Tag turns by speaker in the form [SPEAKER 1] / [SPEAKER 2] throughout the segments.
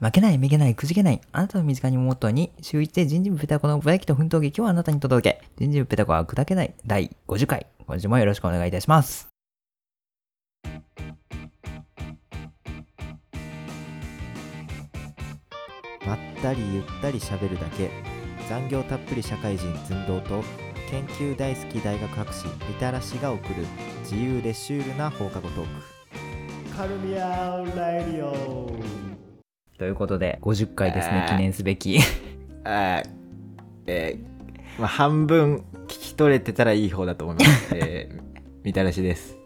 [SPEAKER 1] 負けない、めげない、くじけない、あなたの身近にもっとに、週一で人事部ペタコのぼやきと奮闘劇をあなたに届け、人事部ペタコは砕けない第50回、今週もよろしくお願いいたします。
[SPEAKER 2] まったりゆったり喋るだけ残業たっぷり社会人寸胴と研究大好き大学博士みたらしが送る自由でシュールな放課後トーク
[SPEAKER 3] カルミアウラディオ
[SPEAKER 1] ということで、50回ですね、
[SPEAKER 2] えー
[SPEAKER 1] 記念すべき。
[SPEAKER 2] あーえーまあ、半分聞き取れてたらいい方だと思います、えー、 みたらしです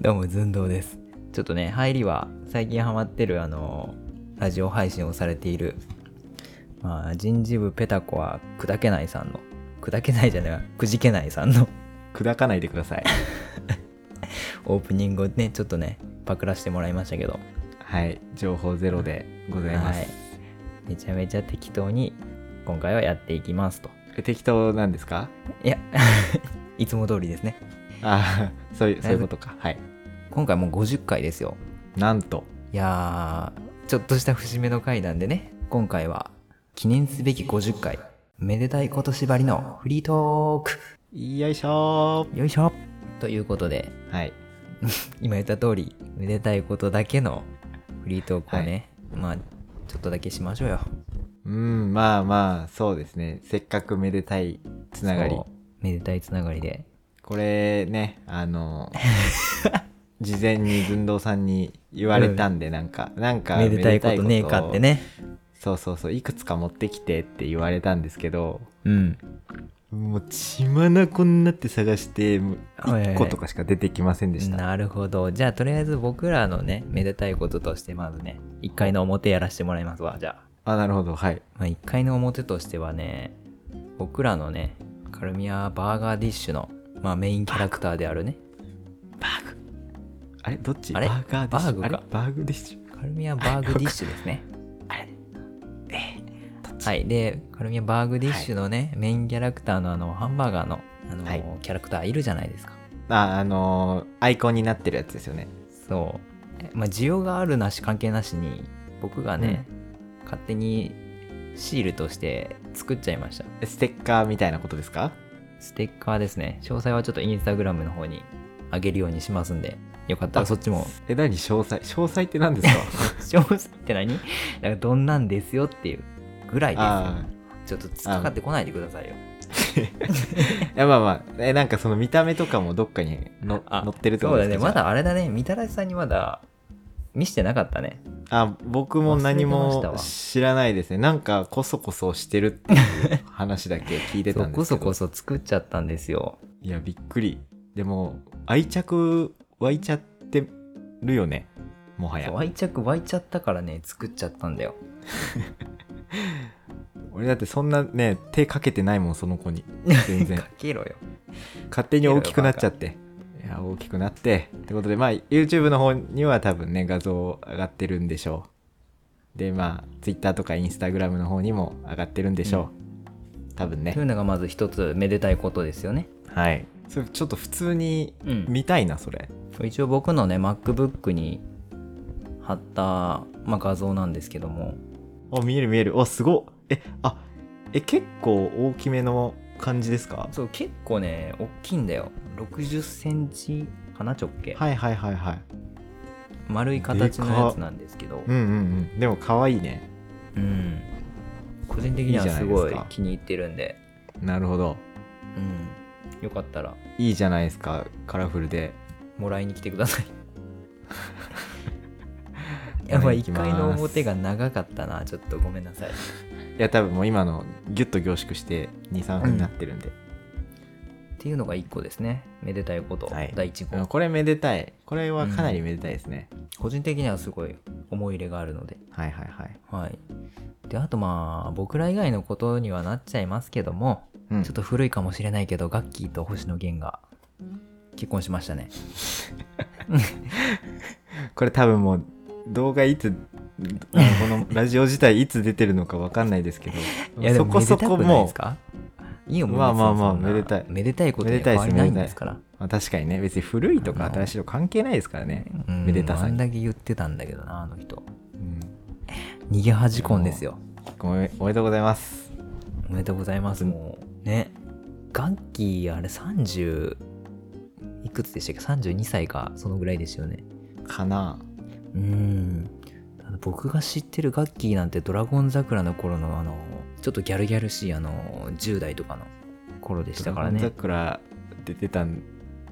[SPEAKER 1] どうも、寸胴です。ちょっとね、入りは、最近ハマってる、あの、ラジオ配信をされている、まあ、人事部ペタコは砕けないさんの、砕けないじゃないわ、くじけないさんの
[SPEAKER 2] 砕かないでください
[SPEAKER 1] オープニングをね、ちょっとね、パクらせてもらいましたけど、
[SPEAKER 2] はい情報ゼロでございます、
[SPEAKER 1] はい。めちゃめちゃ適当に、今回はやっていきますと。
[SPEAKER 2] え適当なんですか
[SPEAKER 1] いや、いつも通りですね。
[SPEAKER 2] あ あそういうそ
[SPEAKER 1] だ
[SPEAKER 2] うい
[SPEAKER 1] いうぶ
[SPEAKER 2] ことかはい
[SPEAKER 1] 今回もう50回ですよ。
[SPEAKER 2] なんと
[SPEAKER 1] いやー、ちょっとした節目の回なんでね、今回は記念すべき50回、めでたいこと縛りのフリートーク、
[SPEAKER 2] よいしょ
[SPEAKER 1] よいしょということで、
[SPEAKER 2] ーはい
[SPEAKER 1] 今言った通り、めでたいことだけのフリートークをね、まあ、ちょっとだけしましょうよ。
[SPEAKER 2] うんまあまあそうですねせっかくめでたいつながり
[SPEAKER 1] そうめでたいつながりで。
[SPEAKER 2] これねあの事前に寸胴さんに言われたんで、なんかなんか
[SPEAKER 1] めでたいことねえかってね。
[SPEAKER 2] そうそうそういくつか持ってきてって言われたんですけど
[SPEAKER 1] うん。
[SPEAKER 2] もう血眼になって探してもう
[SPEAKER 1] はいはいはい
[SPEAKER 2] 1個とかしか出てきませんでした、
[SPEAKER 1] なるほど。じゃあ、とりあえず僕らのね、めでたいこととして、まずね、1回の表やらせてもらいますわ、じゃあ。
[SPEAKER 2] あなるほどはい
[SPEAKER 1] まあ、1回の表としてはね僕らのねカルミアバーガーディッシュの、まあ、メインキャラクターであるね
[SPEAKER 2] バーグあれどっち
[SPEAKER 1] あれ
[SPEAKER 2] バーガーディッシュ
[SPEAKER 1] バーグか
[SPEAKER 2] あれバーグディッシュ
[SPEAKER 1] カルミアバーグディッシュですねはいでカルミアバーグディッシュのね、メインキャラクターのあのハンバーガーのあの、
[SPEAKER 2] はい
[SPEAKER 1] キャラクターいるじゃないですか
[SPEAKER 2] ああのーアイコンになってるやつですよね
[SPEAKER 1] そうえまあ需要があるなし関係なしに僕がね、勝手にシールとして作っちゃいました
[SPEAKER 2] ステッカーみたいなことですか
[SPEAKER 1] ステッカーですね詳細はちょっとインスタグラムの方にあげるようにしますんでよかったらそっちも
[SPEAKER 2] え何詳細詳細って何ですか
[SPEAKER 1] 詳細って何だ からどんなんですよっていうぐらい
[SPEAKER 2] ああ
[SPEAKER 1] ですよちょっと突っかかってこないでくださいよ
[SPEAKER 2] いやまあまあえなんかその見た目とかもどっかにの
[SPEAKER 1] あ
[SPEAKER 2] 載ってるって
[SPEAKER 1] そ
[SPEAKER 2] こ
[SPEAKER 1] う
[SPEAKER 2] と
[SPEAKER 1] だ
[SPEAKER 2] ですか
[SPEAKER 1] ね
[SPEAKER 2] じゃ
[SPEAKER 1] まだあれだねみたらしさんにまだ見してなかったね
[SPEAKER 2] ああ僕も何
[SPEAKER 1] 忘れて
[SPEAKER 2] も
[SPEAKER 1] ま
[SPEAKER 2] 知らないですねなんかこそこそしてるっていう話だけ聞いて
[SPEAKER 1] そ
[SPEAKER 2] た
[SPEAKER 1] うん
[SPEAKER 2] で
[SPEAKER 1] こ
[SPEAKER 2] すけ
[SPEAKER 1] そ
[SPEAKER 2] ど
[SPEAKER 1] こそ作っちゃったんですよ
[SPEAKER 2] いやびっくりでも愛着湧いちゃってるよねもはや
[SPEAKER 1] そう愛着湧いちゃったからね作っちゃったんだよ
[SPEAKER 2] 俺だってそんなね手かけてないもんその子に全 然
[SPEAKER 1] かけろよ
[SPEAKER 2] 勝手に大きくなっちゃっていや大きくなってってことでまあ YouTube の方には多分ね画像上がってるんでしょうでまあ Twitter とか Instagram の方にも上がってるんでしょう、多分
[SPEAKER 1] とい
[SPEAKER 2] ね
[SPEAKER 1] うのがまず一つめでたいことですよね
[SPEAKER 2] はいそれちょっと普通に
[SPEAKER 1] うん
[SPEAKER 2] 見たいなそれ
[SPEAKER 1] 一応僕のね MacBook に貼った、まあ、画像なんですけども
[SPEAKER 2] あ見える見えるあすごっえあえ結構大きめの感じですか
[SPEAKER 1] そう結構ね大きいんだよ6 0ンチかな直径、
[SPEAKER 2] はいはいはいはい
[SPEAKER 1] 丸い形のやつなんですけど
[SPEAKER 2] うんうんうんでも可愛いね
[SPEAKER 1] うん個人的にはい
[SPEAKER 2] いじゃな
[SPEAKER 1] す
[SPEAKER 2] いですか
[SPEAKER 1] ごい気に入ってるんで
[SPEAKER 2] なるほど
[SPEAKER 1] うんよかったら
[SPEAKER 2] いいじゃないですかカラフルで
[SPEAKER 1] もらいに来てくだ さいやばい
[SPEAKER 2] いた
[SPEAKER 1] 1
[SPEAKER 2] だきます
[SPEAKER 1] 回の表が長かったなちょっとごめんなさい
[SPEAKER 2] いや多分もう今のギュッと凝縮して23分になってるんで、
[SPEAKER 1] っていうのが1個ですねめでたいこと、
[SPEAKER 2] はい
[SPEAKER 1] 第1
[SPEAKER 2] うん
[SPEAKER 1] 号
[SPEAKER 2] これめでたいこれはかなりめでたいですね、
[SPEAKER 1] 個人的にはすごい思い入れがあるので
[SPEAKER 2] はいはいはい、
[SPEAKER 1] はいであとまあ僕ら以外のことにはなっちゃいますけども
[SPEAKER 2] うん、
[SPEAKER 1] ちょっと古いかもしれないけど、ガッキーと星野源が結婚しましたね。
[SPEAKER 2] これ多分もう動画いつあのこのラジオ自体いつ出てるのかわかんないですけ どそこそこ
[SPEAKER 1] めでたくないで
[SPEAKER 2] も
[SPEAKER 1] す
[SPEAKER 2] う
[SPEAKER 1] かいいよ、もう
[SPEAKER 2] まあまあまあ
[SPEAKER 1] 別にそんな
[SPEAKER 2] めでたい
[SPEAKER 1] めでたいことに
[SPEAKER 2] め
[SPEAKER 1] は
[SPEAKER 2] でた
[SPEAKER 1] 変
[SPEAKER 2] いです
[SPEAKER 1] わりないんですから。
[SPEAKER 2] まあ、確かにね別に古いと
[SPEAKER 1] あ
[SPEAKER 2] か
[SPEAKER 1] の
[SPEAKER 2] 新しいの関係ないですからね
[SPEAKER 1] うん
[SPEAKER 2] めでたさ
[SPEAKER 1] あん
[SPEAKER 2] に、
[SPEAKER 1] だけ言ってたんだけどな、あの人。
[SPEAKER 2] うん
[SPEAKER 1] 逃げ恥婚ですよ
[SPEAKER 2] おめおめでとうございます
[SPEAKER 1] おめでとうございますもうねガッキーあれ30いくつでしたっけ32歳かそのぐらいですよね
[SPEAKER 2] かな
[SPEAKER 1] うーんあの僕が知ってるガッキーなんて「ドラゴン桜」の頃のあのちょっとギャルギャルしいあの10代とかの頃でしたから
[SPEAKER 2] ドラゴン
[SPEAKER 1] ね
[SPEAKER 2] 桜出てたん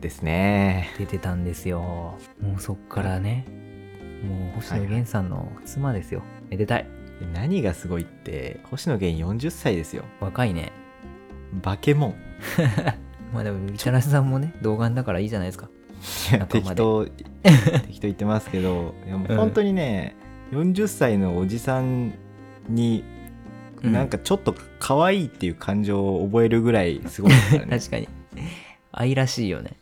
[SPEAKER 2] ですね
[SPEAKER 1] 出てたんですよもうそっからねもう星野源さんの妻ですよめでたい
[SPEAKER 2] で何がすごいって星野源40歳ですよ
[SPEAKER 1] 若いね
[SPEAKER 2] バケモン
[SPEAKER 1] まあでもみたらしさんもね童顔だからいいじゃないですか
[SPEAKER 2] いや
[SPEAKER 1] 仲間
[SPEAKER 2] 適
[SPEAKER 1] で
[SPEAKER 2] 当適当言ってますけどいやもう本当にね、40歳のおじさんに
[SPEAKER 1] うん
[SPEAKER 2] なんかちょっと可愛いっていう感情を覚えるぐらいすごいですから ね
[SPEAKER 1] 確かに愛らしいよね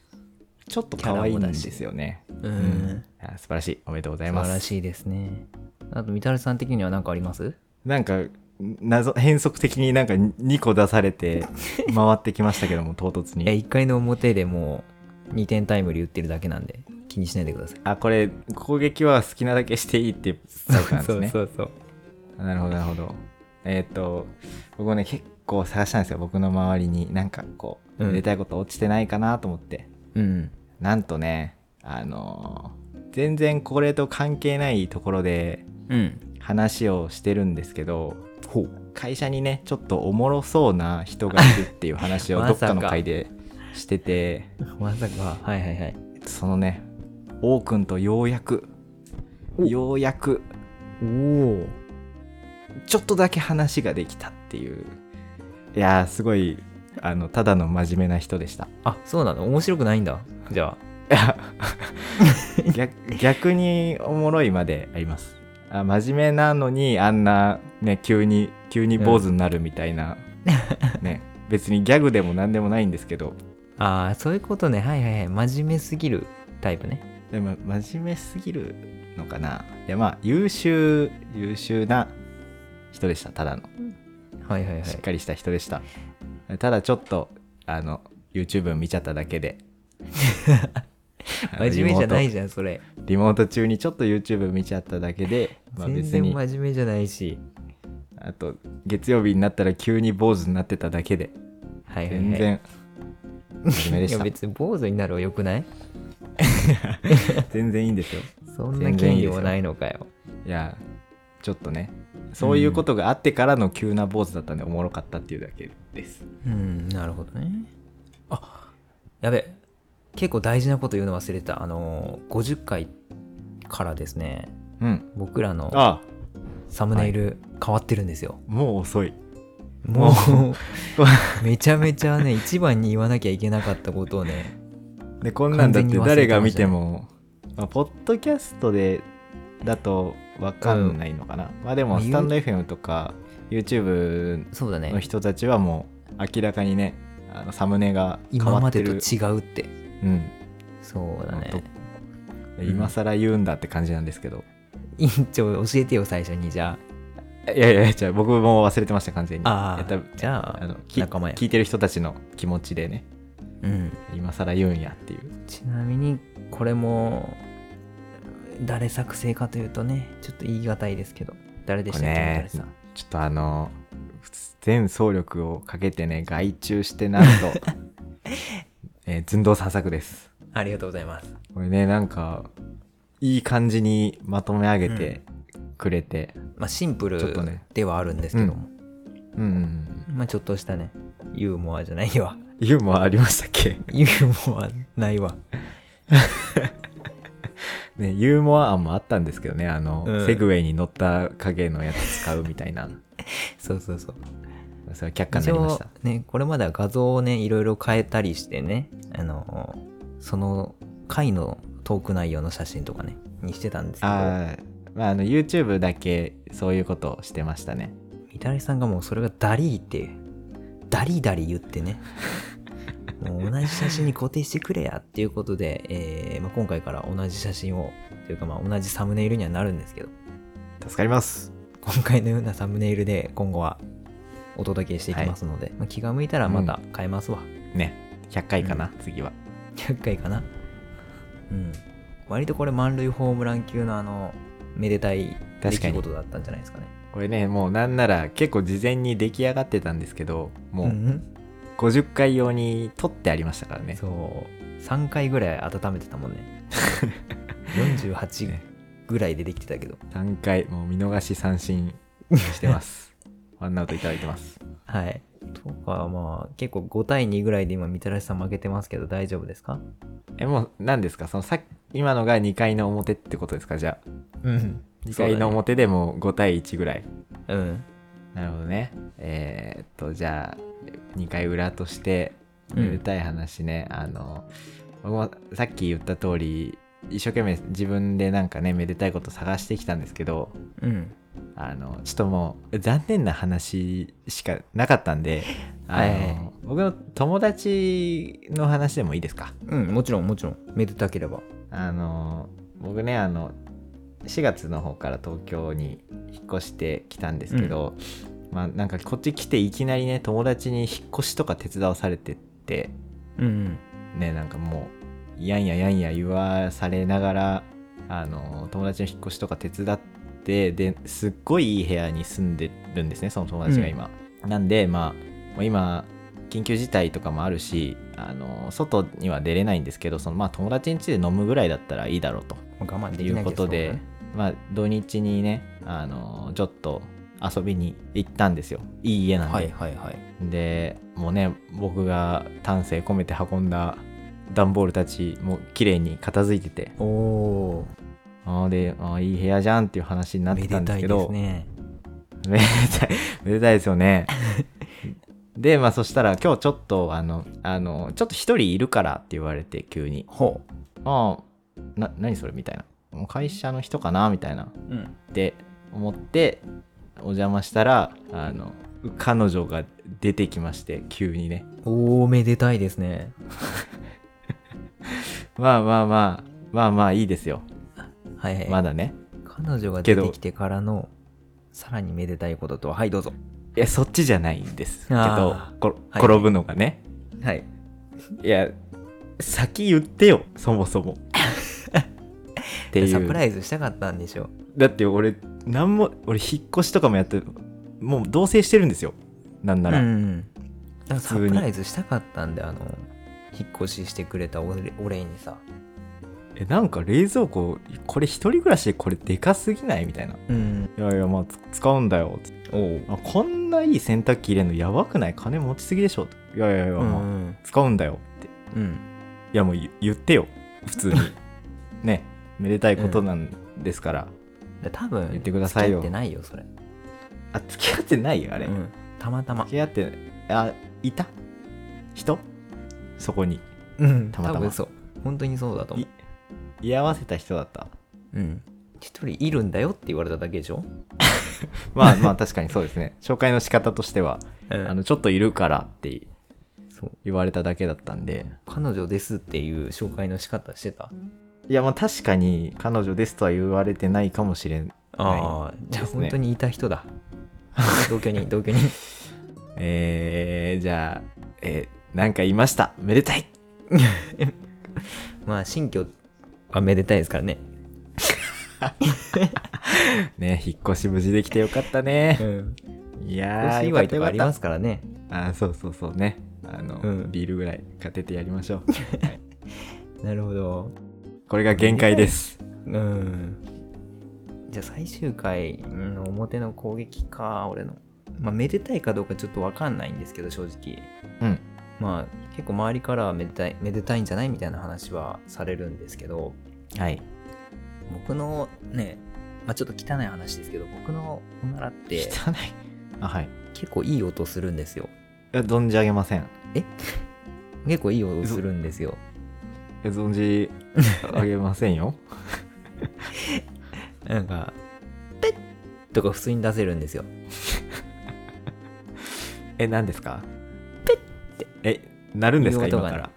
[SPEAKER 2] ちょっと可愛いんですよね、
[SPEAKER 1] う
[SPEAKER 2] うんあ素晴らしいおめでとうござい
[SPEAKER 1] 素
[SPEAKER 2] ます
[SPEAKER 1] 晴らしいですねあとみたらしさん的には何かあります
[SPEAKER 2] なんか謎変則的になんか2個出さ れて回ってきましたけども唐突
[SPEAKER 1] いや
[SPEAKER 2] に
[SPEAKER 1] 1回の表でもう2点タイムリー打ってるだけなんで気にしないでください
[SPEAKER 2] あこれ攻撃は好きなだけしていいって言ったんですね
[SPEAKER 1] そうそう
[SPEAKER 2] なるほどなるほど。えーっ、と僕もね結構探したんですよ僕の周りになんかこう
[SPEAKER 1] うん
[SPEAKER 2] 入れたいこと落ちてないかなと思って、
[SPEAKER 1] そううん
[SPEAKER 2] なんとねあのー全然これと関係ないところで
[SPEAKER 1] うん
[SPEAKER 2] 話をしてるんですけど
[SPEAKER 1] ほう
[SPEAKER 2] 会社にねちょっとおもろそうな人がいるっていう話 を
[SPEAKER 1] ま
[SPEAKER 2] ど
[SPEAKER 1] さ
[SPEAKER 2] っ
[SPEAKER 1] か
[SPEAKER 2] かの回でしてて
[SPEAKER 1] まさかはいはいはい
[SPEAKER 2] そのね王くんとようやく
[SPEAKER 1] お
[SPEAKER 2] ようやく
[SPEAKER 1] おお
[SPEAKER 2] ちょっとだけ話ができたっていういやーすごいあのただの真面目な人でした
[SPEAKER 1] あそうなの面白くないんだじゃあ
[SPEAKER 2] いや逆 逆におもろいまでありますあ真面目なのにあんなね急に急に坊主になるみたいな、ね別にギャグでも何でもないんですけど
[SPEAKER 1] ああそういうことねはいはいはい真面目すぎるタイプね
[SPEAKER 2] でも真面目すぎるのかないやまあ優秀優秀な人でしたただの
[SPEAKER 1] はいはいはい
[SPEAKER 2] しっかりした人でした、ただちょっとあの YouTube 見ちゃっただけであ の
[SPEAKER 1] 真面目じゃな
[SPEAKER 2] リ
[SPEAKER 1] い
[SPEAKER 2] モー
[SPEAKER 1] じゃんそれ
[SPEAKER 2] トリモート中にちょっと YouTube 見ちゃっただけで、まあ、
[SPEAKER 1] 全
[SPEAKER 2] 別
[SPEAKER 1] 然
[SPEAKER 2] に
[SPEAKER 1] 真面目じゃないし
[SPEAKER 2] あと月曜日になったら急に坊主になってただけで
[SPEAKER 1] はいはいはい
[SPEAKER 2] 全然真面目で
[SPEAKER 1] いや
[SPEAKER 2] した
[SPEAKER 1] 別に坊主になるはよくない
[SPEAKER 2] 全然いいんですよ
[SPEAKER 1] そんな権利もないのかよ
[SPEAKER 2] いやちょっとねそういうことがあってからの急な坊主だったんでおもろかったっていうだけです
[SPEAKER 1] うんなるほどねあやべ結構大事なこと言うの忘れてたあのー50回からですね
[SPEAKER 2] うん
[SPEAKER 1] 僕らの
[SPEAKER 2] あ
[SPEAKER 1] サムネイル変わってるんですよ、
[SPEAKER 2] もう遅い
[SPEAKER 1] も うめちゃめちゃね一番に言わなきゃいけなかったことをね
[SPEAKER 2] でこんなんだっ
[SPEAKER 1] 完全
[SPEAKER 2] て
[SPEAKER 1] に忘れてましたね
[SPEAKER 2] 誰が見てもまあ、ポッドキャストでだとわかんないのかな、まあでも
[SPEAKER 1] まあ
[SPEAKER 2] スタンド FM とか YouTube
[SPEAKER 1] そうだ
[SPEAKER 2] の
[SPEAKER 1] ね
[SPEAKER 2] 人たちはもう明らかにねあのサムネが変
[SPEAKER 1] 今
[SPEAKER 2] わ
[SPEAKER 1] ま
[SPEAKER 2] って
[SPEAKER 1] でと
[SPEAKER 2] る
[SPEAKER 1] 違うって
[SPEAKER 2] うん
[SPEAKER 1] そうだね
[SPEAKER 2] ほんと今更言うんだって感じなんですけど、
[SPEAKER 1] 委員長教えてよ最初にじゃ
[SPEAKER 2] いやいやじゃあ僕も忘れてました完全に
[SPEAKER 1] ああ
[SPEAKER 2] いや多分
[SPEAKER 1] あじゃあ
[SPEAKER 2] あのき
[SPEAKER 1] 仲間や
[SPEAKER 2] 聞いてる人たちの気持ちでね
[SPEAKER 1] うん
[SPEAKER 2] 今更言うんやっていう
[SPEAKER 1] ちなみにこれも誰作成かというとねちょっと言い難いですけど誰でしたっけ、
[SPEAKER 2] これね
[SPEAKER 1] みたらしさん
[SPEAKER 2] ちょっとあの全総力をかけてね外注し てなんと、えー寸胴散策です
[SPEAKER 1] ありがとうございます
[SPEAKER 2] これねなんかいい感じにまとめ上げてくれて、
[SPEAKER 1] まあシンプル
[SPEAKER 2] ちょっとね
[SPEAKER 1] ではあるんですけども、
[SPEAKER 2] うんうんうん
[SPEAKER 1] まあちょっとしたねユーモアじゃないわ
[SPEAKER 2] ユーモアありましたっけ
[SPEAKER 1] ユーモアないわ
[SPEAKER 2] ねユーモア案もあったんですけどねあの、
[SPEAKER 1] うん
[SPEAKER 2] セグウェイに乗った影のやつ使うみたいな
[SPEAKER 1] そうそうそう
[SPEAKER 2] それは却下になりました
[SPEAKER 1] 一応ねこれまでは画像をねいろいろ変えたりしてねあのその回のトーク内容の写真とかねにしてたんですけど
[SPEAKER 2] あー、まあ、あの YouTube だけそういうことをしてましたね
[SPEAKER 1] みたらしさんがもうそれがダリーってダリダリ言って ねもう同じ写真に固定してくれやっていうことで、えーまあ、今回から同じ写真をというかまあ同じサムネイルにはなるんですけど
[SPEAKER 2] 助かります
[SPEAKER 1] 今回のようなサムネイルで今後はお届けしていきますので、まあ、気が向いたらまた変えますわ、
[SPEAKER 2] ね100回かな、次は
[SPEAKER 1] 100回かなうん割とこれ満塁ホームラン級のあのめでたい
[SPEAKER 2] 確か
[SPEAKER 1] 出来
[SPEAKER 2] に
[SPEAKER 1] 事だったんじゃないですかね。
[SPEAKER 2] これねもうなんなら結構事前に出来上がってたんですけども
[SPEAKER 1] うん
[SPEAKER 2] う50回用に撮ってありましたから
[SPEAKER 1] うん
[SPEAKER 2] ね、
[SPEAKER 1] そう3回ぐらい温めてたもん ね48
[SPEAKER 2] ね
[SPEAKER 1] ぐらい出てきてたけど
[SPEAKER 2] 3回もう見逃し三振してます ワンアウトいただいてます
[SPEAKER 1] はいとかまあ結構5対2ぐらいで今みたらしさん負けてますけど大丈夫ですか
[SPEAKER 2] えもう何ですかそのさっ今のが2回の表ってことですかじゃあ
[SPEAKER 1] うん
[SPEAKER 2] 2回の表でもう5対1ぐらい、
[SPEAKER 1] うん
[SPEAKER 2] なるほどねえーっとじゃあ2回裏として
[SPEAKER 1] うん
[SPEAKER 2] めでたい話ね、あの僕もさっき言った通り一生懸命自分でなんかねめでたいこと探してきたんですけど
[SPEAKER 1] うん
[SPEAKER 2] あのちょっともう残念な話しかなかったんであの、
[SPEAKER 1] はいはい
[SPEAKER 2] 僕の友達の話でもいいですか
[SPEAKER 1] うんもちろんもちろんめでたければ
[SPEAKER 2] あの僕ねあの4月の方から東京に引っ越してきたんですけど、まあなんかこっち来ていきなりね友達に引っ越しとか手伝わされてって
[SPEAKER 1] うん
[SPEAKER 2] ねなんかもうやんややんや言わされながらあの友達の引っ越しとか手伝ってですっごいいい部屋に住んでるんですねその友達が今。なんでまあもう今緊急事態とかもあるしあの外には出れないんですけどその、まあ、友達ん家で飲むぐらいだったらいいだろうと
[SPEAKER 1] うん我慢
[SPEAKER 2] と
[SPEAKER 1] で
[SPEAKER 2] い
[SPEAKER 1] きな
[SPEAKER 2] う
[SPEAKER 1] い
[SPEAKER 2] ことで、
[SPEAKER 1] す
[SPEAKER 2] まあ土日にねあのちょっと遊びに行ったんですよいい家なんで、
[SPEAKER 1] はいはいはい
[SPEAKER 2] でもうね僕が丹精込めて運んだ段ボールたちも綺麗に片付いてて
[SPEAKER 1] おお
[SPEAKER 2] あーであーいい部屋じゃんっていう話になっ
[SPEAKER 1] め
[SPEAKER 2] て
[SPEAKER 1] で
[SPEAKER 2] たんで
[SPEAKER 1] た
[SPEAKER 2] す
[SPEAKER 1] い
[SPEAKER 2] け
[SPEAKER 1] で
[SPEAKER 2] ど
[SPEAKER 1] すね
[SPEAKER 2] めでたいめでたいですよねでまあそしたら今日ちょっとあのあのちょっと一人いるからって言われて急に
[SPEAKER 1] ほ
[SPEAKER 2] ああな何それみたいなもう会社の人かなみたいな
[SPEAKER 1] ううん
[SPEAKER 2] って思ってお邪魔したらあの彼女が出てきまして急にね
[SPEAKER 1] おおめでたいですね
[SPEAKER 2] まあまあまあまあまあいいですよ
[SPEAKER 1] はいはい
[SPEAKER 2] まだね
[SPEAKER 1] 彼女が
[SPEAKER 2] け
[SPEAKER 1] 出
[SPEAKER 2] ど
[SPEAKER 1] てきてからのさらにめでたいこととははいどうぞ
[SPEAKER 2] いやそっちじゃないんですけど
[SPEAKER 1] あ
[SPEAKER 2] こ
[SPEAKER 1] はい
[SPEAKER 2] 転ぶのがね、
[SPEAKER 1] はい
[SPEAKER 2] い、や先言ってよそもそもっていう
[SPEAKER 1] サプライズしたかったんでしょ
[SPEAKER 2] だって俺なんも俺引っ越しとかもやってもう同棲してるんですよなんなら、
[SPEAKER 1] うんだからサ
[SPEAKER 2] 普通
[SPEAKER 1] プ
[SPEAKER 2] に
[SPEAKER 1] ライズしたかったんであの引っ越ししてくれたお礼お礼にさ
[SPEAKER 2] えなんか冷蔵庫これ一人暮らしでこれでかすぎないみたいな
[SPEAKER 1] うん
[SPEAKER 2] いやいやまあつ使うんだよつって
[SPEAKER 1] おう
[SPEAKER 2] あこんないい洗濯機入れるのやばくない金持ちすぎでしょといやいやいや、
[SPEAKER 1] う
[SPEAKER 2] まあ
[SPEAKER 1] ん
[SPEAKER 2] 使うんだよって
[SPEAKER 1] うん
[SPEAKER 2] いやもう言言ってよ普通に ねめでたいことなんですから、
[SPEAKER 1] で多分
[SPEAKER 2] 言ってくださいよ
[SPEAKER 1] 付き合ってないよそれ
[SPEAKER 2] あ付き合ってないよあれ、
[SPEAKER 1] うんたまたま
[SPEAKER 2] 付き合ってあいた人そこに
[SPEAKER 1] うん
[SPEAKER 2] たまたま
[SPEAKER 1] 多分そう本当にそうだと思う
[SPEAKER 2] 居合わせた人だった
[SPEAKER 1] うん一人いるんだよって言われただけでしょ
[SPEAKER 2] まあまあ確かにそうです ね紹介の仕方としては、
[SPEAKER 1] うん
[SPEAKER 2] あのちょっといるからって
[SPEAKER 1] そう
[SPEAKER 2] 言われただけだったんで
[SPEAKER 1] 彼女ですっていう紹介の仕方してた
[SPEAKER 2] いやまあ確かに彼女ですとは言われてないかもしれん
[SPEAKER 1] ああ、じゃあ
[SPEAKER 2] ですね
[SPEAKER 1] 本当にいた人だ。同居人、同 居人。
[SPEAKER 2] えー、じゃあ、えーなんか言いました。めでたい
[SPEAKER 1] まあ、新居はめでたいですからね。
[SPEAKER 2] ね、引っ越し無事できてよかったね。
[SPEAKER 1] ん。
[SPEAKER 2] いや
[SPEAKER 1] お
[SPEAKER 2] ー、
[SPEAKER 1] 祝いとかありますすからね。
[SPEAKER 2] あーそうそうそうね。あの、
[SPEAKER 1] うん
[SPEAKER 2] ビールぐらい買っててやりましょう。
[SPEAKER 1] なるほど。
[SPEAKER 2] これが限界です。
[SPEAKER 1] うん。じゃあ最終回の表の攻撃か、俺の。まあ、めでたいかどうかちょっとわかんないんですけど、正直。
[SPEAKER 2] うん。
[SPEAKER 1] まあ、結構周りからはめでたい、めでたいんじゃないみたいな話はされるんですけど、
[SPEAKER 2] はい。
[SPEAKER 1] 僕のね、まあちょっと汚い話ですけど、僕のおならって
[SPEAKER 2] 汚い。あ、はい。い
[SPEAKER 1] 結構いい音するんですよ。
[SPEAKER 2] や、存じ上げません。い
[SPEAKER 1] え結構いい音するんですよ。
[SPEAKER 2] や、存じ上げません よ。
[SPEAKER 1] なんか、ペッとか普通に出せるんですよ。
[SPEAKER 2] え、何ですかペッて。え、なるんですか
[SPEAKER 1] いい音
[SPEAKER 2] 今
[SPEAKER 1] が
[SPEAKER 2] から。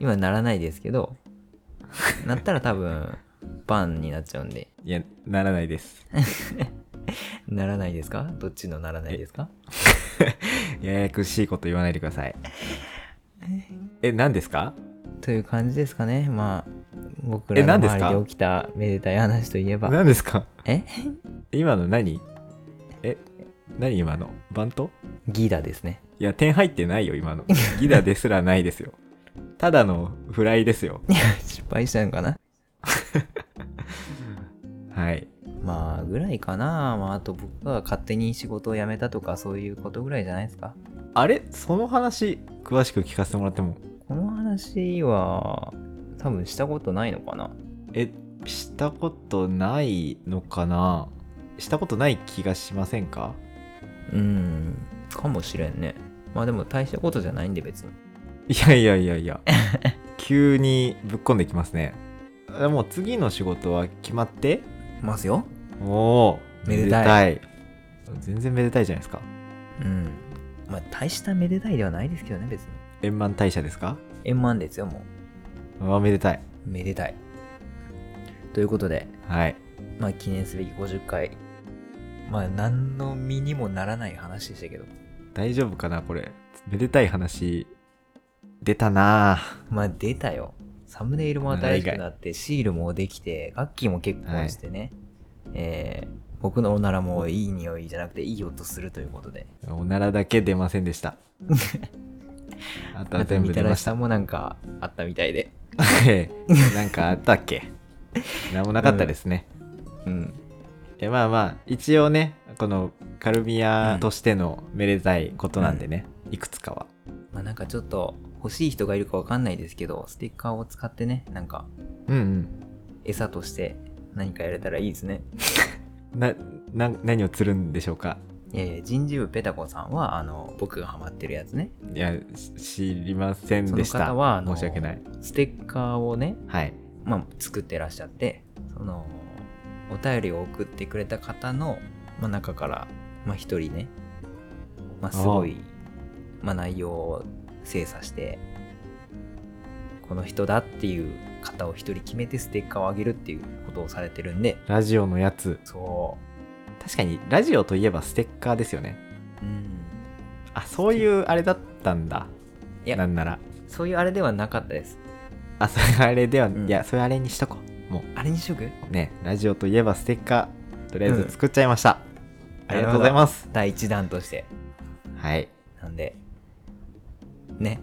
[SPEAKER 1] 今鳴らないですけど、鳴ったら多分、バンになっちゃうんで、
[SPEAKER 2] いや、ならない です。
[SPEAKER 1] 鳴らないですかどっちの鳴らないですか
[SPEAKER 2] ややこしいこと言わないでください。え、何ですか
[SPEAKER 1] という感じですかね。まあ、僕らの
[SPEAKER 2] 何ですか
[SPEAKER 1] 周りで起きためでたい話といえば
[SPEAKER 2] 何ですか
[SPEAKER 1] え
[SPEAKER 2] 今の何え何今のバント
[SPEAKER 1] ギーダですね
[SPEAKER 2] いや点入ってないよ今のギダですらない ですよただのフライですよ
[SPEAKER 1] 失敗したのかな
[SPEAKER 2] はい
[SPEAKER 1] まあぐらいかなまああと僕が勝手に仕事を辞めたとかそういうことぐらいじゃないですか
[SPEAKER 2] あれその話詳しく聞かせてもらっても
[SPEAKER 1] この話は多分したことないのかな
[SPEAKER 2] えしたことないのかなしたことない気がしませんか
[SPEAKER 1] うんかもしれんねまあでも大したことじゃないんで別に
[SPEAKER 2] いやいやいやい や急にぶっこんできますねあもう次の仕事は決まって
[SPEAKER 1] ますよ
[SPEAKER 2] おお
[SPEAKER 1] めでた
[SPEAKER 2] でたい全然めでたいじゃないですか
[SPEAKER 1] うんまあ大しためでたいではないですけどね別に
[SPEAKER 2] 円満退社ですか
[SPEAKER 1] 円満ですよも
[SPEAKER 2] あめでたいう
[SPEAKER 1] めでたいということで
[SPEAKER 2] はい
[SPEAKER 1] まあ記念すべき50回まあ何の身にもならない話でしたけど
[SPEAKER 2] 大丈夫かなこれめでたい話出たなあ
[SPEAKER 1] まあ出たよサムネイルも新しくなってシールもできて楽器も結婚してね、えー僕のおならもいい匂いじゃなくていい音するということで
[SPEAKER 2] おならだけ出ませんでした あとは
[SPEAKER 1] あと
[SPEAKER 2] 全部
[SPEAKER 1] み
[SPEAKER 2] 出
[SPEAKER 1] たら
[SPEAKER 2] ま
[SPEAKER 1] し
[SPEAKER 2] し
[SPEAKER 1] さ
[SPEAKER 2] た
[SPEAKER 1] んもなんかあったみたいで
[SPEAKER 2] ええなんかあったっけ何もなかったですね、
[SPEAKER 1] うん
[SPEAKER 2] えまあまあ一応ねこのカルビアとしてのめでたいことなんでね、いくつかは
[SPEAKER 1] まあなんかちょっと欲しい人がいるかわかんないですけどステッカーを使ってねなんか
[SPEAKER 2] うん
[SPEAKER 1] 餌として何かやれたらいいですね
[SPEAKER 2] うんなな何を釣るんでしょうか
[SPEAKER 1] いやいや人事部ペタコさんはあの僕がハマってるやつね
[SPEAKER 2] いやし知りませんでし
[SPEAKER 1] そ
[SPEAKER 2] た
[SPEAKER 1] の方はあの
[SPEAKER 2] 申し訳ない
[SPEAKER 1] ステッカーをね、
[SPEAKER 2] はい
[SPEAKER 1] まあ、作ってらっしゃってそのお便りを送ってくれた方の、まあ、中から、まあ、一人ね、まあ、すごい、まあ、内容を精査してこの人だっていう方を一人決めてステッカーをあげるっていうことをされてるんで
[SPEAKER 2] ラジオのやつ
[SPEAKER 1] そ
[SPEAKER 2] 確かにラジオといえばステッカーですよね
[SPEAKER 1] ううん
[SPEAKER 2] あそういうあれだったんだ
[SPEAKER 1] いや
[SPEAKER 2] なんなら
[SPEAKER 1] そういうあれではなかったです
[SPEAKER 2] あそれあれでは、
[SPEAKER 1] ん
[SPEAKER 2] いやそれあれにしとこうも
[SPEAKER 1] あれにしとく
[SPEAKER 2] うねラジオといえばステッカーとりあえ
[SPEAKER 1] うん
[SPEAKER 2] ず作っちゃいました、ありがとうございます
[SPEAKER 1] 第一弾として
[SPEAKER 2] はい
[SPEAKER 1] なんで、ね。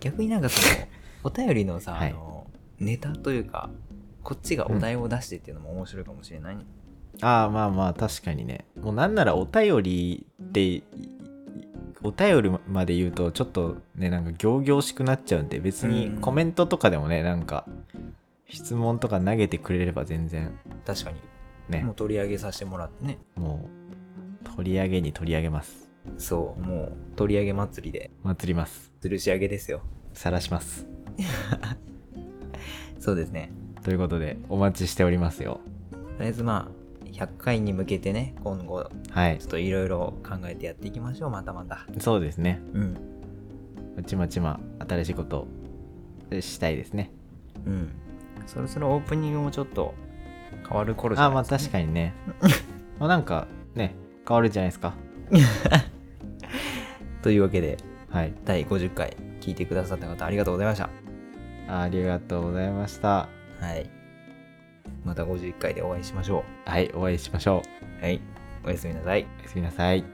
[SPEAKER 1] 逆になんかそ の、お便りのさ、
[SPEAKER 2] はい
[SPEAKER 1] あの、ネタというか、こっちがお題を出してっていうのも面白いかもしれない、ね
[SPEAKER 2] ああまあまあ確かにねもうなんならお便りってお便りまで言うとちょっとねなんか仰々しくなっちゃうんで別に
[SPEAKER 1] うん
[SPEAKER 2] コメントとかでもねなんか質問とか投げてくれれば全然
[SPEAKER 1] 確かに。
[SPEAKER 2] ね
[SPEAKER 1] もう取り上げさせてもらってね。
[SPEAKER 2] もう取り上げに取り上げます
[SPEAKER 1] そう、もう取り上げ祭りで、
[SPEAKER 2] 祭ります
[SPEAKER 1] 吊るし上げですよ。
[SPEAKER 2] 晒します
[SPEAKER 1] そうですね。
[SPEAKER 2] ということでお待ちしておりますよ
[SPEAKER 1] とりあえずまあ、100回に向けてね、今後、
[SPEAKER 2] はい
[SPEAKER 1] ちょっといろいろ考えてやっていきましょう、またまた。
[SPEAKER 2] そうですね
[SPEAKER 1] うん。
[SPEAKER 2] ちまちま新しいことをしたいですね
[SPEAKER 1] うん。そろそろオープニングもちょっと変わる頃じ
[SPEAKER 2] あ
[SPEAKER 1] ゃ
[SPEAKER 2] ーま
[SPEAKER 1] ないで
[SPEAKER 2] あ
[SPEAKER 1] すか、
[SPEAKER 2] 確か にねまあなんかね変わるじゃないですか
[SPEAKER 1] というわけで、
[SPEAKER 2] はい
[SPEAKER 1] 第50回聞いてくださった方ありがとうございました。
[SPEAKER 2] ありがとうございました
[SPEAKER 1] はい。また51回でお会いしましょ
[SPEAKER 2] はいお会いしましょ
[SPEAKER 1] う。はい。おやすみなさい。
[SPEAKER 2] うおやすみなさい